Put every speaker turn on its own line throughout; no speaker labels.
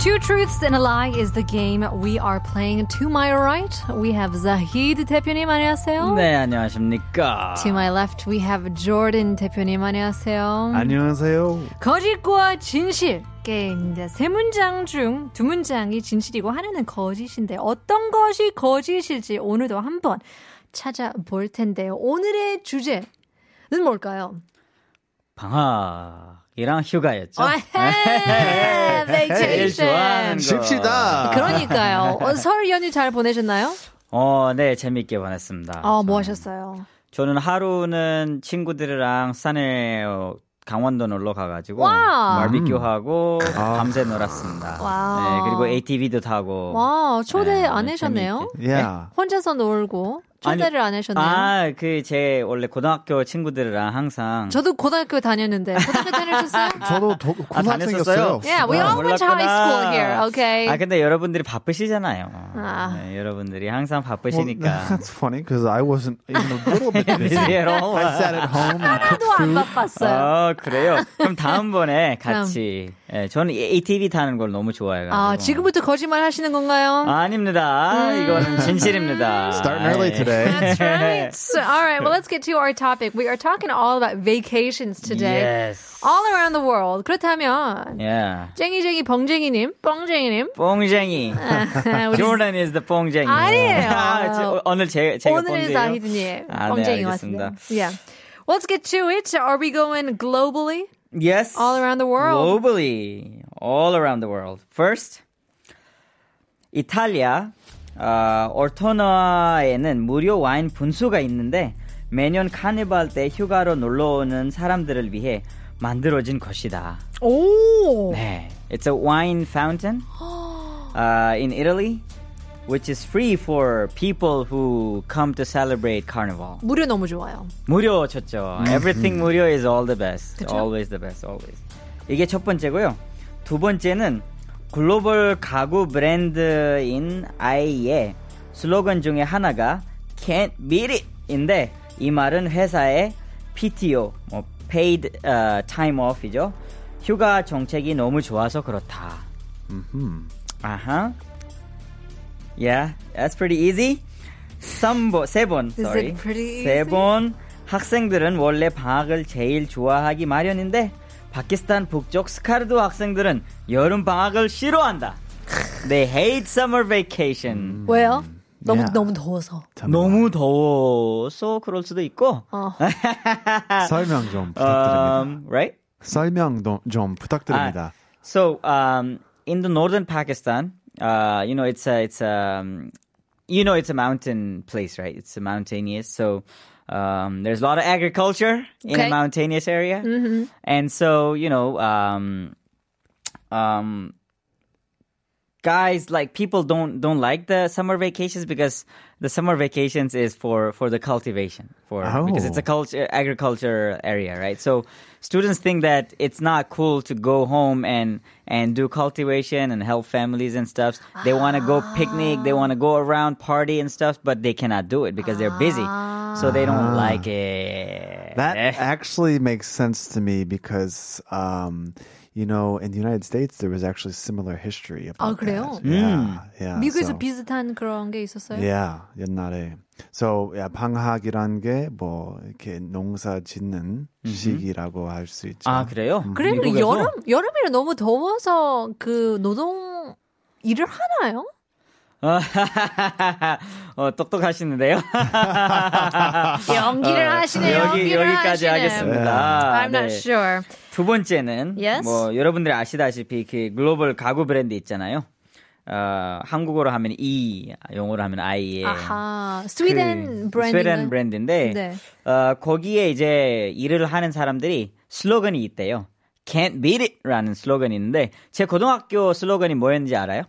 Two truths and a lie is the game we are playing. To my right, we have Zahid 대표님 안녕하세요.
네, 안녕하십니까.
To my left, we have Jordan 대표님 안녕하세요.
안녕하세요.
거짓과 진실 게임입니다. 세 문장 중 두 문장이 진실이고 하나는 거짓인데 어떤 것이 거짓일지 오늘도 한번 찾아볼 텐데요. 오늘의 주제는 뭘까요?
방학이랑 휴가였죠.
에헤,
네. 제일 좋아하는
아, vacation.
거.
쉽시다.
그러니까요. 어, 설 연휴 잘 보내셨나요?
어, 네, 재밌게 보냈습니다.
어, 뭐
저는-
하셨어요?
저는 하루는 친구들이랑 산에 어, 강원도 놀러 가가지고
와.
바비큐하고 밤새 놀았습니다.
와.
네, 그리고 ATV도 타고.
와, 초대
어. 네,
안 하셨네요?
재밌게.
Yeah.
혼자서 놀고 초대를 안 하셨네요?
아, 그 제 원래 고등학교 친구들이랑 항상
저도 고등학교 다녔는데 고등학교 다녔었어요?
저도 도, 고등학생이었어요.
Yeah, we
아,
all went to high school
몰랐구나.
here. Okay.
아, 근데 여러분들이 바쁘시잖아요.
아.
네, 여러분들이 항상
Well,
바쁘시니까.
that's funny because I wasn't even a little bit busy.
미세로.
I sat at home and cooked
하나도 안
food.
바빴어요.
아, 그래요? 그럼 다음번에 같이. 예, 저는 ATV 타는 걸 너무 좋아해요.
아, 지금부터 거짓말 하시는
아,
건가요?
아닙니다. 이거는 진실입니다. 아, 예.
Starting early
네.
today.
That's right. So, all right, well, let's get to our topic. We are talking all about vacations today.
Yes.
All around the world. 그렇다면
Yeah.
쟁이쟁이 벙쟁이님, 뻥쟁이님.
뽕쟁이.
우리
Jordan is the 뽕쟁이.
아니에요.
아, 저- 오늘 제, 제가
오늘은
뽕쟁이요?
사히드님
아,
뻥쟁이
네,
왔습니다.
알겠습니다.
Yeah. Let's get to it. Are we going globally?
Yes.
All around the world.
Globally. All around the world. First, 이탈리아 아, 얼토너에는 무료 와인 분수가 있는데 매년 카니발 때 휴가로 놀러 오는 사람들을 위해 만들어진 것이다.
오.
네. It's a wine fountain uh, in Italy, which is free for people who come to celebrate carnival.
무료 너무 좋아요.
무료 좋죠. Everything 무료 is all the best. Always the best. Always. 이게 첫 번째고요. 두 번째는 글로벌 가구 브랜드인 아이의 슬로건 중에 하나가 Can't beat it인데 이 말은 회사의 PTO, 뭐 Paid uh, Time Off이죠. 휴가 정책이 너무 좋아서 그렇다.
mm-hmm.
아하. Uh-huh. Yeah, that's pretty easy. 3번, 세번
it
sorry.
pretty easy?
세번 학생들은 원래 방학을 제일 좋아하기 마련인데 파키스탄 북쪽 스카르두 학생들은 여름 방학을 싫어한다. They hate summer vacation.
왜요? 너무
Yeah.
너무 더워서.
너무 더워서 그럴 수도 있고.
어.
설명 좀 부탁드립니다.
Um, right?
설명 도- 좀 부탁드립니다.
So um, in the northern Pakistan, uh, you know it's a it's a um, you know it's a mountain place, right? It's a mountainous, so um, there's a lot of agriculture in
Okay.
a mountainous area, and so you know. Um, um, guys like people don't don't like the summer vacations because the summer vacations is for for the cultivation for because it's a culture agriculture area right so students think that it's not cool to go home and and do cultivation and help families and stuff they want to go picnic they want to go around party and stuff but they cannot do it because they're busy so they don't like it Eh.
That uh, actually makes sense to me because, um, you know, in the United States there was actually similar history about
아, 그래요?
that. Yeah, yeah.
미국에서
so-
비슷한 그런 게 있었어요?
예.
Yeah, 옛날에. So, yeah, 방학이란 게 뭐 이렇게 농사 짓는 시기라고 할 수 있죠.
아 그래요
그래도
미국에서?
여름 여름이라 너무 더워서 그 노동 일을 하나요?
어, 똑똑하시는데요.
연기를 하시네요.
어, 여기
연기를
여기까지
하시네요.
하겠습니다.
I'm not
네.
sure.
두 번째는
Yes.
뭐 여러분들이 아시다시피 그 글로벌 가구 브랜드 있잖아요. 어, 한국어로 하면 E, 영어로 하면 I의 그
아하. 스웨덴 브랜드.
예. 스웨덴 브랜드인데
네.
어, 거기에 이제 일을 하는 사람들이 슬로건이 있대요. Can't beat it라는 슬로건이 있는데 제 고등학교 슬로건이 뭐였는지 알아요?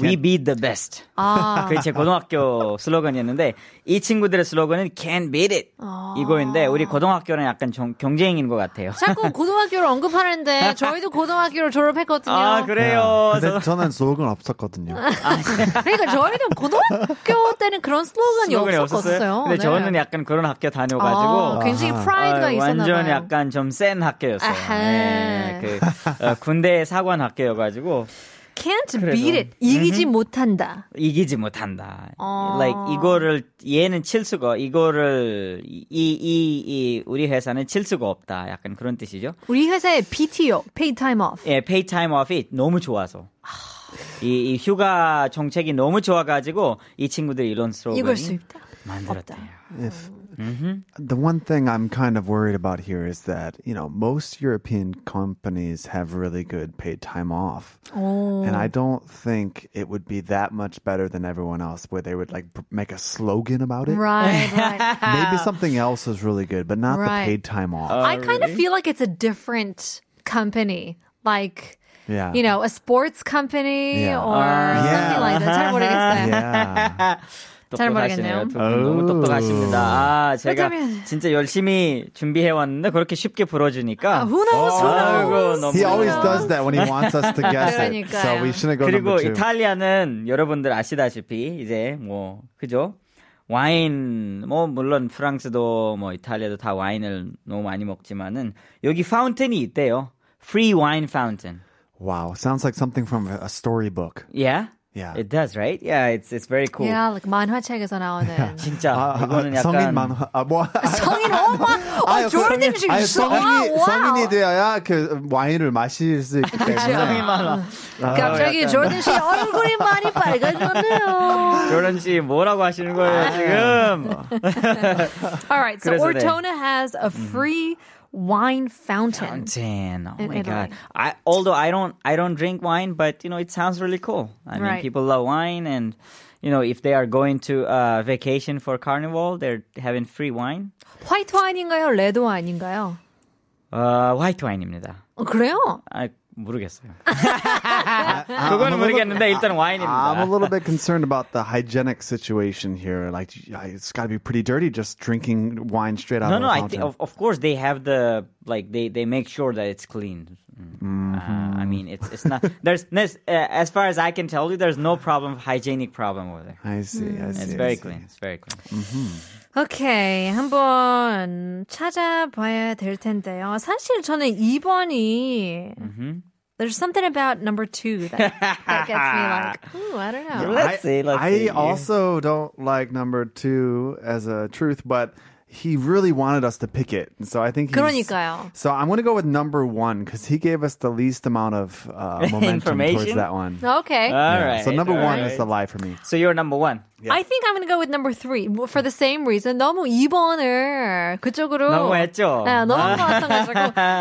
We beat the best.
음. 아,
그게 제 고등학교 슬로건이었는데 이 친구들의 슬로건은 Can beat it
아.
이거인데 우리 고등학교랑 약간 좀 경쟁인 것 같아요.
자꾸 고등학교를 언급하는데 저희도 고등학교를 졸업했거든요.
아 그래요.
근데
저도
저는 슬로건 없었거든요.
그러니까 저희도 고등학교 때는 그런 슬로건이,
슬로건이
없었어요. 네.
없었어요. 근데 저는 약간 그런 학교 다녀가지고
굉장히
아하.
프라이드가
어,
있었나 봐요.
완전 약간 좀 센 학교였어요.
아하.
네, 그 어, 군대 사관 학교여가지고
can't
그래도.
beat it 이기지 못한다.
이기지 못한다.
어.
Like 이거를 얘는 칠 수가 이거를 이 이 이 우리 회사는 칠 수가 없다. 약간 그런 뜻이죠.
우리 회사의 PTO, paid time off.
예, pay time off이 너무 좋아서. 이, 이 휴가 정책이 너무 좋아가지고 이 친구들이 이런
이걸
슬로건이
수 있다.
만들었대요.
If the one thing I'm kind of worried about here is that you know most European companies have really good paid time off,
Oh.
and I don't think it would be that much better than everyone else, where they would like pr- make a slogan about it.
Right, right.
Maybe something else is really good, but not
Right. Uh,
the paid time off.
I kind of feel like it's a different company. Like,
yeah,
you know, a sports company
Yeah.
or something like that. 잘 모르겠어요. 잘 모르겠네요.
똑똑하시네요.
Yeah.
두분 너무
아우.
똑똑하십니다. 아, 제가
그렇다면-
진짜 열심히 준비해 왔는데 그렇게 쉽게 불어주니까
아, who knows, who
아이고,
knows.
너무
he always
Yeah.
does that when he wants us to guess it.
그러니까요.
So we shouldn't go
그리고
number two.
이탈리아는 여러분들 아시다시피 이제 뭐 그죠? 와인 뭐 물론 프랑스도 뭐 이탈리아도 다 와인을 너무 많이 먹지만은 여기 파운틴이 있대요. Free wine fountain.
Wow, sounds like something from a a storybook.
Yeah?
Yeah.
It does, right? Yeah, it's it's very cool.
Yeah, like 만화책에서 나오는.
진짜
아, 아,
이거는
아,
약간
성인 만화 아, uh, 뭐
성인 오마,
아니,
어, 조르딘
성인-
씨,
아니,
와,
성인이
와.
성인이 돼야 그 와인을 마실 수 있기 때문에
갑자기 조르딘 씨 얼굴이 많이 빨개졌네요.
조런 씨 뭐라고 하시는 거예요, 지금?
All right, so
그래서 네.
Ortona has a free wine fountain.
Fountain. Oh
In
my
Italy.
god. I although I don't I don't drink wine, but you know it sounds really cool. I mean
Right.
people love wine and you know if they are going to uh, vacation for carnival, they're having free wine.
화이트 와인인가요? 레드 와인인가요?
Uh, white wine입니다.
어, 그래요?
아, 모르겠어요. 그건 모르겠는데 일단 와인입니다.
I'm a little bit concerned about the hygienic situation here. Like, I- it's got to be pretty dirty just drinking wine straight out
No,
of
no.
a
I
fountain.
think of, of course they have the like they they make sure that it's clean. Mm. Uh, I
Mm-hmm.
mean, it's it's not there's, there's uh, as far as I can tell you, there's no problem hygienic problem over there.
I see. I see.
It's
I
very
see.
clean. It's very clean.
오케이. 한번 찾아봐야 될 텐데요. 사실 저는 2번이 There's something about number two that, that gets me like, ooh, I don't know.
Let's
I,
see, let's
I
see.
also don't like number two as a truth, but he really wanted us to pick it, so I think. He's,
그러니까요.
so I'm going to go with number one because he gave us the least amount of uh, momentum towards
Information?
that one.
Okay.
All right.
Yeah, So number
all
one
right.
is the lie for me.
So you're number one.
I think I'm gonna go with number three 뭐, for the same reason. 너무 2번을 그쪽으로
너무했죠?
네, 너무 같아가지고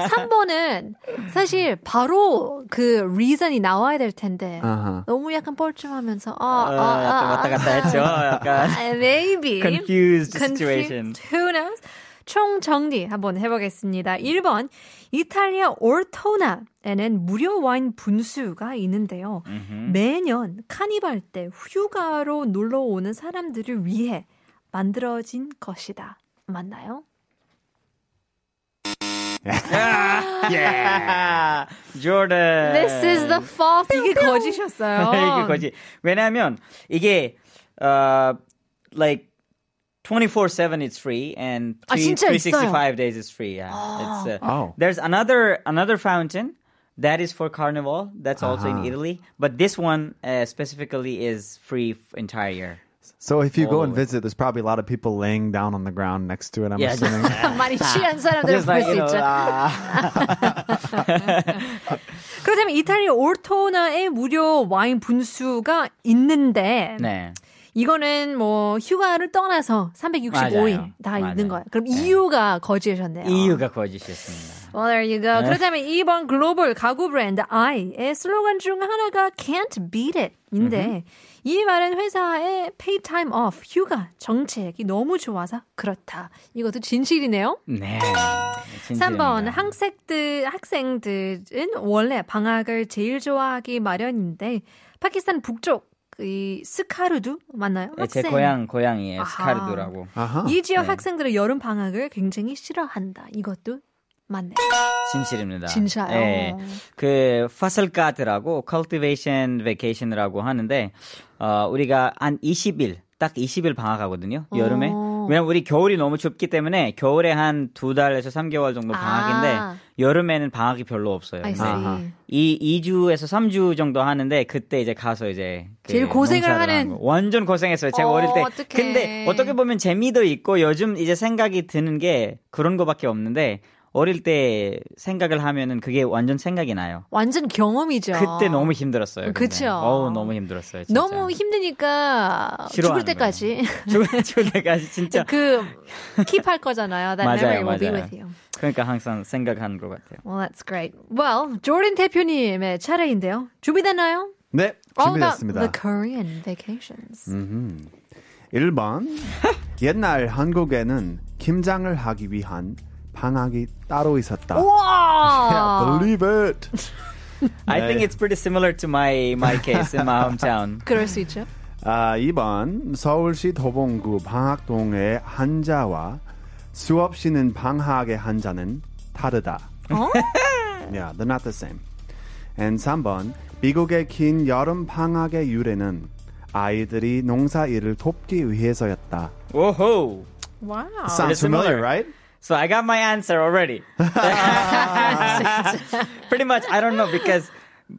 3번은 사실 바로 그 reason이 나와야 될 텐데
아하.
너무 약간 뻘쭘하면서 아,
어,
아, 아,
약간
아,
왔다 갔다 했죠. 약간
아, maybe
Oh, confused situation.
Confused. Who knows? 총 정리 한번 해보겠습니다. 1번 이탈리아 올토나에는 무료 와인 분수가 있는데요. 매년 카니발 때 휴가로 놀러 오는 사람들을 위해 만들어진 것이다. 맞나요?
아, Ah, Jordan.
This is the false. 이게 거짓이었어요.
네. 이게 거지. 왜냐하면 이게 어, like 24/7 it's free and
아,
three-
진짜
365 days is free. Yeah. It's, uh,
Oh.
There's another another fountain that is for carnival. That's also in Italy, but this one uh, specifically is free f- entire year.
So if you go
All
and
of it.
visit, there's probably a lot of people laying down on the ground next to it. I'm
Yeah, just-
assuming.
아, 많이 취한 사람들을
Just like,
볼수
you know,
있죠.
ah.
그렇다면 이탈리아 올토나의 무료 와인 분수가 있는데
네.
이거는 뭐 휴가를 떠나서 365일
맞아요.
다
맞아요. 네.
있는 거예요. 그럼 이유가 거지셨네요.
이유가 네. 거짓이었습니다.
Well, there you go. 그렇다면 2번 글로벌 가구 브랜드 I의 슬로건 중 하나가 Can't Beat It인데 이 말은 회사의 Pay Time Off 휴가 정책이 너무 좋아서 그렇다. 이것도 진실이네요.
네.
3번
진실입니다.
학생들 학생들은 원래 방학을 제일 좋아하기 마련인데 파키스탄 북쪽 이 스카르두 맞나요?
예, 제 고향 고향이에요. 스카르두라고.
아하.
이 지역
네.
학생들은 여름 방학을 굉장히 싫어한다. 이것도 맞네요.
진실입니다.
진짜요?
예. 그 파슬카트라고 cultivation vacation이라고 하는데 어, 우리가 한 20일 딱 20일 방학하거든요. 여름에.
어.
왜냐면 우리 겨울이 너무 춥기 때문에 겨울에 한 두 달에서 3개월 정도 방학인데
아.
여름에는 방학이 별로 없어요. 네.
I see.
근데 이 2주에서 3주 정도 하는데 그때 이제 가서 이제 그
제일 고생을
농사를
하는-
거. 완전 고생했어요. 제가
어,
어릴 때.
어떡해.
근데 어떻게 보면 재미도 있고 요즘 이제 생각이 드는 게 그런 거밖에 없는데 어릴 때 생각을 하면은 그게 완전 생각이 나요.
완전 경험이죠.
그때 너무 힘들었어요.
아,
근데.
그쵸.
어우 너무 힘들었어요. 진짜.
너무 힘드니까 죽을
싫어하는
때까지
죽을 죽을 때까지 진짜.
그 킵할 거잖아요. That
맞아요,
memory will be
맞아요.
with you.
그러니까 항상 생각하는 것 같아요.
Well, that's great. Well, 조린 대표님의 차례인데요. 준비됐나요?
네,
All about
준비됐습니다.
the Korean vacations.
음.
1번 옛날 한국에는 김장을 하기 위한 방학이 따로 있었다.
와!
Yeah, believe it.
I think it's pretty similar to my my case in my hometown.
그럴 수 있죠.
아, 2번 서울시 도봉구 방학동의 한자와 수업 시는 방학의 한자는 다르다.
어?
Yeah, they're not the same. And 3번 미국의 긴 여름 방학의 유래는 아이들이 농사 일을 돕기 위해서였다.
Whoa.
와우.
Sounds familiar, right?
So I got my answer already. pretty much, I don't know because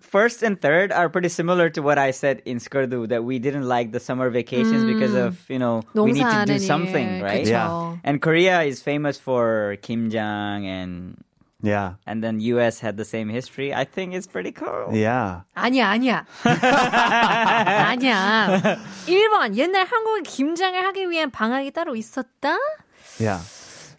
first and third are pretty similar to what I said in Skurdu that we didn't like the summer vacations
Hmm.
because of you know we need to
농사하는
do
일,
something, right?
그쵸.
Yeah.
And Korea is famous for kimjang and
Yeah.
and then US had the same history. I think it's pretty cool.
Yeah.
아니야, 아니야. 아니야. 1번, 옛날 한국은 김장을 하기 위한 방학이 따로 있었다?
Yeah.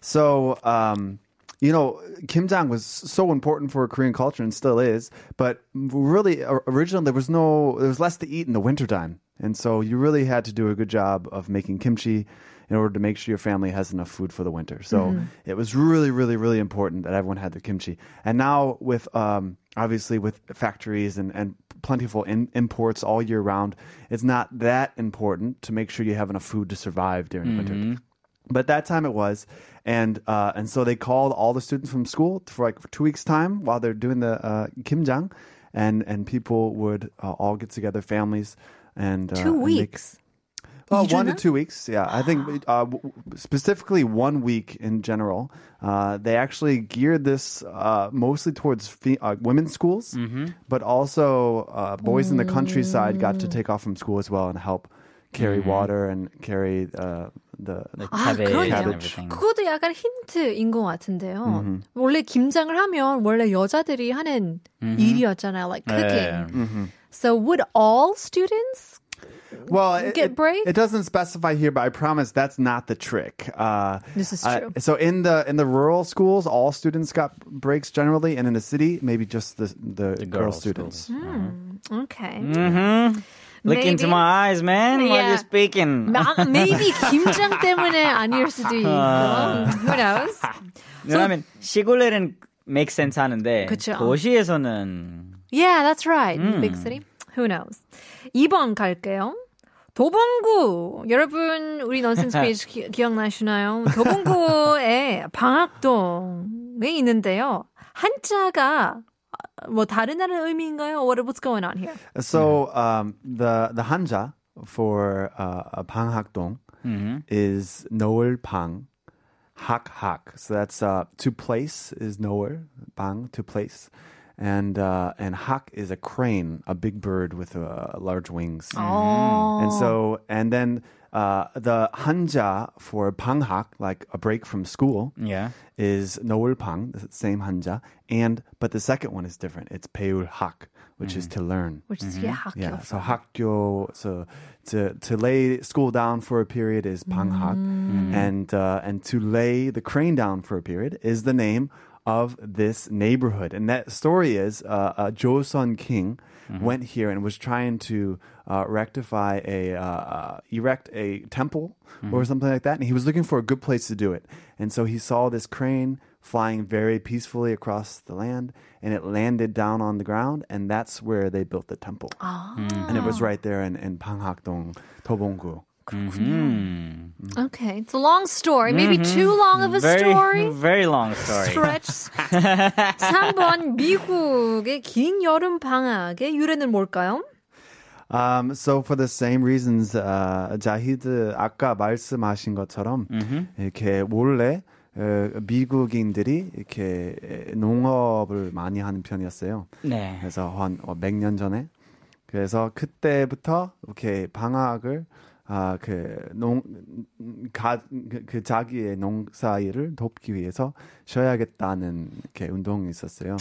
So, um, you know, kimjang was so important for Korean culture and still is, but really o- originally there was no there was less to eat in the wintertime. And so you really had to do a good job of making kimchi in order to make sure your family has enough food for the winter. So it was really, really, really important that everyone had their kimchi. And now with um, obviously with factories and, and plentiful in, imports all year round, it's not that important to make sure you have enough food to survive during winter. But that time it was, and uh, and so they called all the students from school for like for two weeks time while they're doing the uh, kimjang, and and people would uh, all get together, families, and uh,
Two
and make-
weeks.
Oh, one to two weeks. Yeah, I think uh, w- w- specifically one week in general. Uh, they actually geared this uh, mostly towards fe- uh, women's schools, but also uh, boys in the countryside got
Mm.
to take off from school as well and help carry water and carry uh, the.
Like
아,
cabbage and
그러네요.
everything.
그것도 약간 힌트인 것 같은데요. 원래 김장을 하면 원래 여자들이 하는 일이었잖아요. Like cooking. So would all students?
Well, it,
Get
it-
break?
It doesn't specify here, but I promise that's not the trick. Uh,
This is
uh,
true.
so in the in the rural schools, all students got breaks generally, and in the city, maybe just the the, girl
girls'
students.
Okay.
Look
Maybe.
into my eyes, man, while
Yeah.
you're speaking.
마- Maybe 김장 때문에 아닐 수도 있고. Who knows?
You know what I mean? 시골에는 make sense 하는데
그쵸.
도시에서는
Yeah, that's right. Big city. Who knows? 2번 갈게요. 도봉구 여러분 우리 넌센스 페이지 기- 기억나시나요? 도봉구에 방학동이 있는데요. 한자가 아, 뭐 다른 나라 의미인가요? What what's going on here?
So um, the the hanja for uh, 방학동 is noel pang hak hak. So that's uh, to place is noel pang to place, and uh, and hak is a crane, a big bird with uh, large wings. And so and then uh, the hanja for 방학, like a break from school,
yeah.
is Noel Pang, the same Hanja, and but the second one is different. It's Peul Hak, which is to learn.
Which is yeah,
Yeah, so Hakgyo, so to to lay school down for a period is Pang Hak, and uh, and to lay the crane down for a period is the name of this neighborhood. And that story is uh, uh, Joseon King went here and was trying to uh, rectify a uh, uh, erect a temple or something like that, and he was looking for a good place to do it. And so he saw this crane flying very peacefully across the land and it landed down on the ground and that's where they built the temple. And it was right there in, in Panghakdong, Tobongu.
Okay, it's a long story. Maybe too long of a
very,
story.
very long story.
Stretch. 3번 미국의 긴 여름 방학의 유래는 뭘까요?
Um, so for the same reasons, uh, 자히드 아까 말씀하신 것처럼 이렇게 몰래 어, 미국인들이 이렇게 농업을 많이 하는 편이었어요.
네.
그래서 한 100년 전에 그래서 그때부터 이렇게 방학을 아그농가그 그 자기의 농사 일을 돕기 위해서 쉬어야겠다는 이렇게 운동이 있었어요.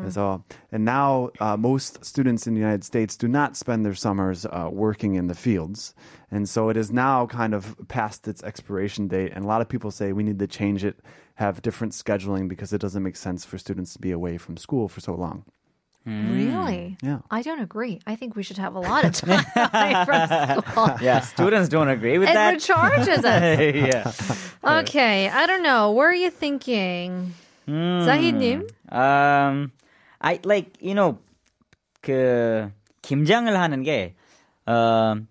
그래서 and now uh, most students in the United States do not spend their summers uh, working in the fields, and so it is now kind of past its expiration date. And a lot of people say we need to change it, have different scheduling because it doesn't make sense for students to be away from school for so long.
Really?
Mm,
Yeah.
I don't agree. I think we should have a lot of time away from school.
Yeah, students don't agree with
Edward
that.
charges us.
yeah.
Okay, I don't know. What are you thinking?
Hmm.
Zahid님?
음. Um, I like you know 그 김장을 하는 게 um,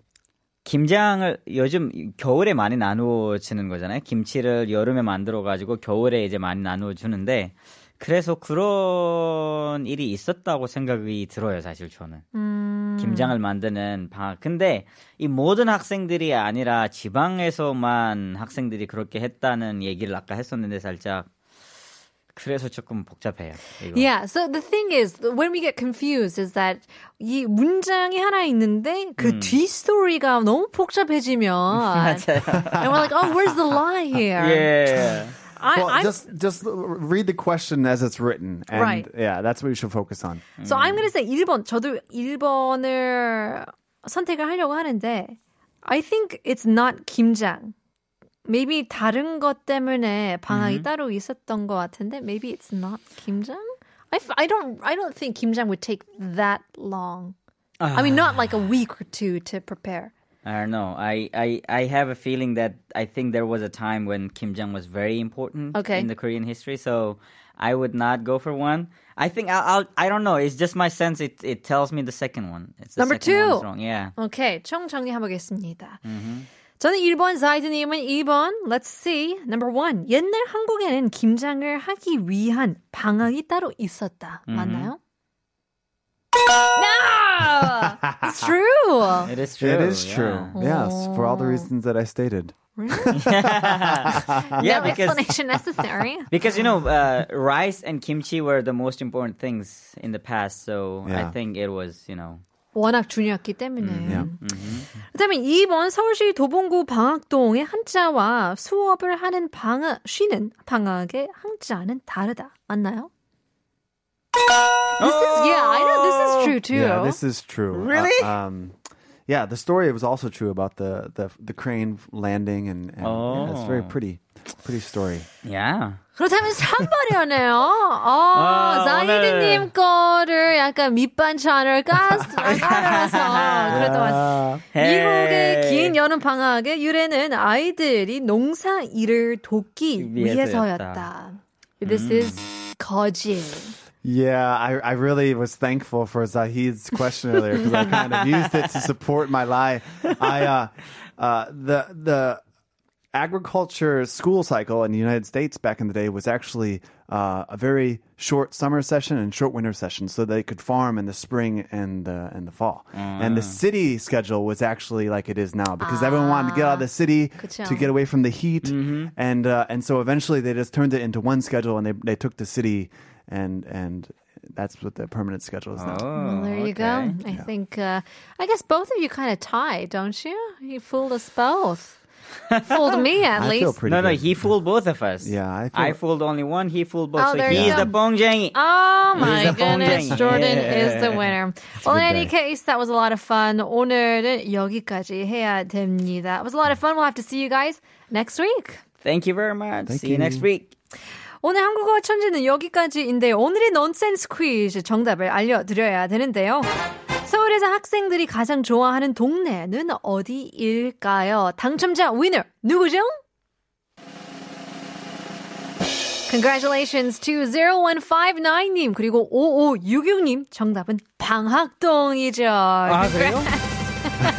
김장을 요즘 겨울에 많이 나누어 주는 거잖아요. 김치를 여름에 만들어 가지고 겨울에 이제 많이 나누어 주는데 그래서 그런 일이 있었다고 생각이 들어요, 사실 저는.
음.
김장을 만드는 방학. 근데 이 모든 학생들이 아니라 지방에서만 학생들이 그렇게 했다는 얘기를 아까 했었는데 살짝 그래서 조금 복잡해요. 이거.
Yeah, so the thing is, when we get confused is that 이 문장이 하나 있는데 그 뒷스토리가 너무 복잡해지면 And we're like, oh, where's the lie here?
예. Yeah.
I,
Well,
I'm,
just just read the question as it's written, and
Right.
yeah, that's what you should focus on.
so I'm gonna say 1번. 저도 1번을 선택을 하려고 하는데 I think it's not 김장. Maybe 다른 것 때문에 방학이 따로 있었던 것 같은데 maybe it's not 김장. I, f- I don't I don't think 김장 would take that long. I mean, not like a week or two to prepare.
I don't know. I, I, I have a feeling that I think there was a time when Kim Jong was very important
Okay.
in the Korean history. So I would not go for one. I think I'll, I'll I don't know. It's just my sense. It it tells me the second one. It's the
Number
second
two.
one's wrong. Yeah.
오케이, 총 정리해보겠습니다. 저는 1번, 사이드님은 2번, let's see. Number one, 옛날 한국에는 김장을 하기 위한 방학이 따로 있었다. 맞나요? No! It's true!
It is true.
it is
yeah.
true. Yes, for all the
Oh.
reasons that I stated.
Really?
Yeah,
no
because
explanation necessary.
because you know
Um,
uh, rice and kimchi were the most important things in the past. So I
Yeah.
think it was you know
워낙 중요했기 때문에.
Yeah.
그다음에 2번 서울시 도봉구 방학동의 한자와 수업을 하는 방학 쉬는 방학의 한자는 다르다. 맞나요? This is yeah, I know this is true too.
Yeah, this is true. Really? um, yeah, the story was also true about the the, the crane landing, and, and yeah, it's very
Oh.
pretty, pretty story.
yeah.
그렇다면 3번이었네요. 어,
아,
자이드님
오늘.
거를 약간 밑반찬을 가스 깔아서 그래도 미국의
헤이.
긴 여름 방학의 유래는 아이들이 농사 일을 돕기
위해서였다. 음.
위해서였다. This is 거짓.
Yeah, I, I really was thankful for Zahid's question earlier because I kind of used it to support my lie. I uh, uh, the the agriculture school cycle in the United States back in the day was actually uh, a very short summer session and short winter session, so they could farm in the spring and the and the fall. And the city schedule was actually like it is now because everyone wanted to get out of the city
그쵸.
to get away from the heat,
Mm-hmm.
and uh, and so eventually they just turned it into one schedule and they they took the city and and that's what the permanent schedule is now.
Oh,
There you go.
okay.
I think uh, I guess both of you kind of tie, don't you? You fooled us both. fooled me at
I
least.
feel pretty.
No, no,
good.
he fooled both of us.
Yeah, I
I
feel-
fooled only one. He fooled both.
Oh,
so
there you
he's
go.
the bongjang.
Oh my
a phone
goodness,
thing.
Jordan
Yeah.
is the winner. Well, in
good
any
day.
case, that was a lot of fun. 오늘은 여기까지 해야 됩니다. It was a lot of fun. We'll have to see you guys next week.
Thank you very much.
Thank
See you next
you.
week.
오늘 한국어 천재는 여기까지인데 오늘의 넌센스 퀴즈 정답을 알려드려야 되는데요. 서울에서 학생들이 가장 좋아하는 동네는 어디일까요? 당첨자 위너 누구죠? Congratulations to 0159님 그리고 5566님 정답은 방학동이죠. Oh,
아 그래요?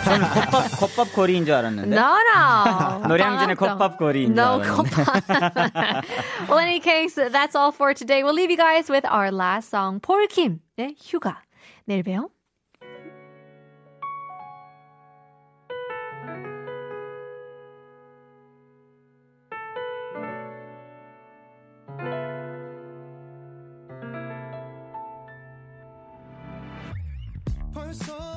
저는 겉밥 겉밥 거리인 줄 알았는데.
No, no.
노량진의
방학동.
겉밥거리인 줄
No,
알았는데.
겉밥. well, in any case, that's all for today. We'll leave you guys with our last song, 폴킴의 휴가. 내일 봬요.
벌써